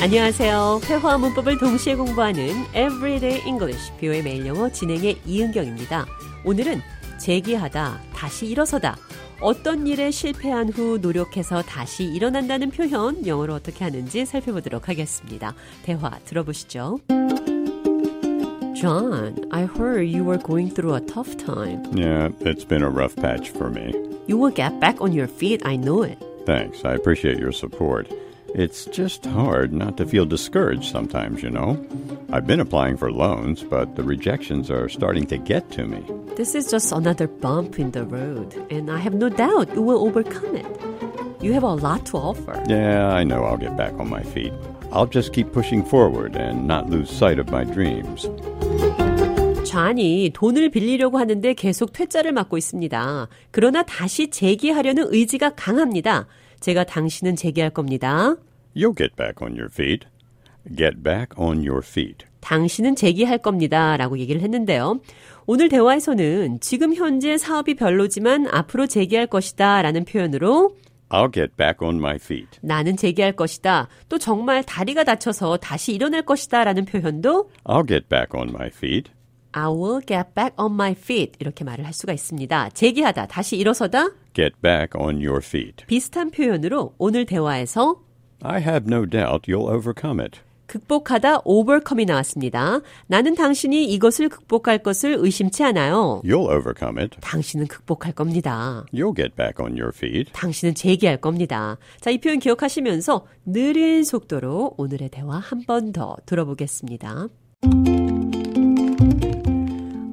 안녕하세요. 회화와 문법을 동시에 공부하는 Everyday English 뷰의 매일 영어 진행의 이은경입니다. 오늘은 재기하다, 다시 일어서다, 어떤 일에 실패한 후 노력해서 다시 일어난다는 표현 영어로 어떻게 하는지 살펴보도록 하겠습니다. 대화 들어보시죠. John, I heard you were going through a tough time. Yeah, it's been a rough patch for me. You will get back on your feet, I know it. Thanks, I appreciate your support. It's just hard not to feel discouraged sometimes, you know. I've been applying for loans, but the rejections are starting to get to me. This is just another bump in the road, and I have no doubt you will overcome it. You have a lot to offer. Yeah, I know I'll get back on my feet. I'll just keep pushing forward and not lose sight of my dreams. 좌니 돈을 빌리려고 하는데 계속 퇴짜를 맞고 있습니다. 그러나 다시 재기하려는 의지가 강합니다. 제가 당신은 재기할 겁니다. You'll get back on your feet. Get back on your feet. 당신은 재기할 겁니다. 라고 얘기를 했는데요. 오늘 대화에서는 지금 현재 사업이 별로지만 앞으로 재기할 것이다. 라는 표현으로 I'll get back on my feet. 나는 재기할 것이다. 또 정말 다리가 다쳐서 다시 일어날 것이다. 라는 표현도 I'll get back on my feet. I will get back on my feet. 이렇게 말을 할 수가 있습니다. 재기하다, 다시 일어서다. Get back on your feet. 비슷한 표현으로 오늘 대화에서 I have no doubt you'll overcome it. 극복하다 overcome이 나왔습니다. 나는 당신이 이것을 극복할 것을 의심치 않아요. You'll overcome it. 당신은 극복할 겁니다. You'll get back on your feet. 당신은 재기할 겁니다. 자, 이 표현 기억하시면서 느린 속도로 오늘의 대화 한 번 더 들어보겠습니다.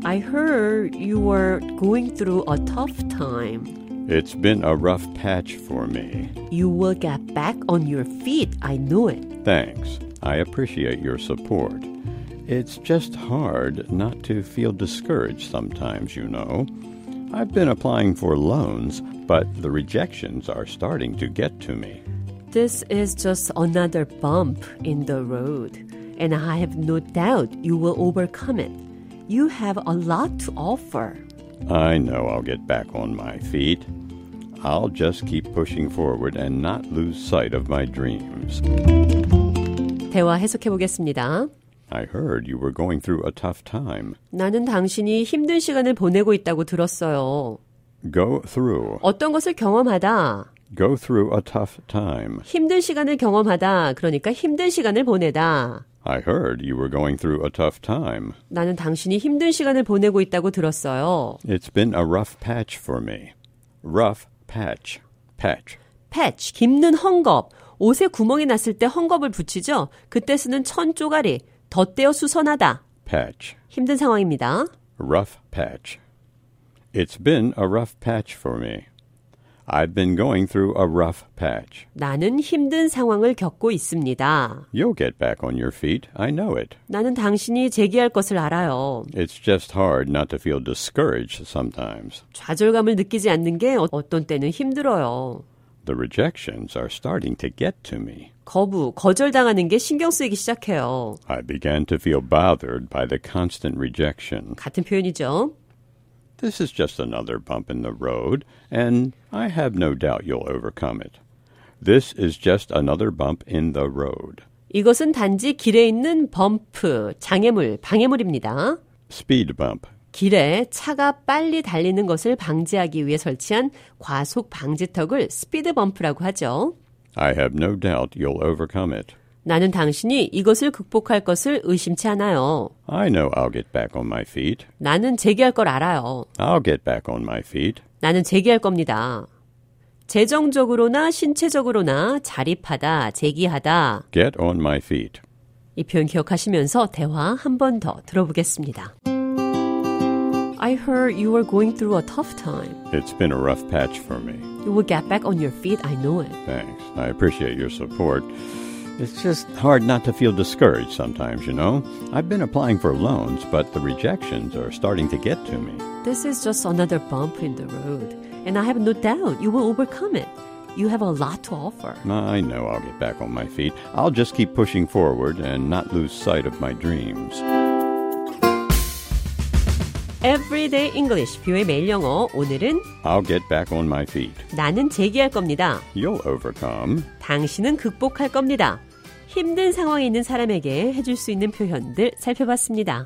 I heard you were going through a tough time. It's been a rough patch for me. You will get back on your feet. I know it. Thanks. I appreciate your support. It's just hard not to feel discouraged sometimes, you know. I've been applying for loans, but the rejections are starting to get to me. This is just another bump in the road, and I have no doubt you will overcome it. You have a lot to offer. I know I'll get back on my feet. I'll just keep pushing forward and not lose sight of my dreams. 대화 해석해 보겠습니다. I heard you were going through a tough time. 나는 당신이 힘든 시간을 보내고 있다고 들었어요. Go through. 어떤 것을 경험하다. Go through a tough time. 힘든 시간을 경험하다. 그러니까 힘든 시간을 보내다. I heard you were going through a tough time. 나는 당신이 힘든 시간을 보내고 있다고 들었어요. It's been a rough patch for me. Rough patch. Patch. 패치, 깁는 헝겊. 옷에 구멍이 났을 때 헝겊을 붙이죠. 그때 쓰는 천 쪼가리. 덧대어 수선하다. Patch. 힘든 상황입니다. Rough patch. It's been a rough patch for me. I've been going through a rough patch. 나는 힘든 상황을 겪고 있습니다. You'll get back on your feet. I know it. 나는 당신이 재기할 것을 알아요. It's just hard not to feel discouraged sometimes. 좌절감을 느끼지 않는 게 어- 어떤 때는 힘들어요. The rejections are starting to get to me. 거부, 거절당하는 게 신경 쓰이기 시작해요. I began to feel bothered by the constant rejection. 같은 표현이죠. This is just another bump in the road, and I have no doubt you'll overcome it. This is just another bump in the road. 이것은 단지 길에 있는 범프, 장애물, 방해물입니다. Speed bump. 길에 차가 빨리 달리는 것을 방지하기 위해 설치한 과속 방지턱을 스피드 범프라고 하죠. I have no doubt you'll overcome it. 나는 당신이 이것을 극복할 것을 의심치 않아요. I know I'll get back on my feet. 나는 재기할 걸 알아요. I'll get back on my feet. 나는 재기할 겁니다. 재정적으로나 신체적으로나 자립하다, 재기하다. Get on my feet. 이 표현 기억하시면서 대화 한 번 더 들어보겠습니다. I heard you were going through a tough time. It's been a rough patch for me. You will get back on your feet, I know it. Thanks. I appreciate your support. It's just hard not to feel discouraged sometimes, you know. I've been applying for loans, but the rejections are starting to get to me. This is just another bump in the road, and I have no doubt you will overcome it. You have a lot to offer. I know I'll get back on my feet. I'll just keep pushing forward and not lose sight of my dreams. Everyday English, 뷰의 매일 영어. 오늘은 I'll get back on my feet. 나는 재기할 겁니다. You'll overcome. 당신은 극복할 겁니다. 힘든 상황에 있는 사람에게 해줄 수 있는 표현들 살펴봤습니다.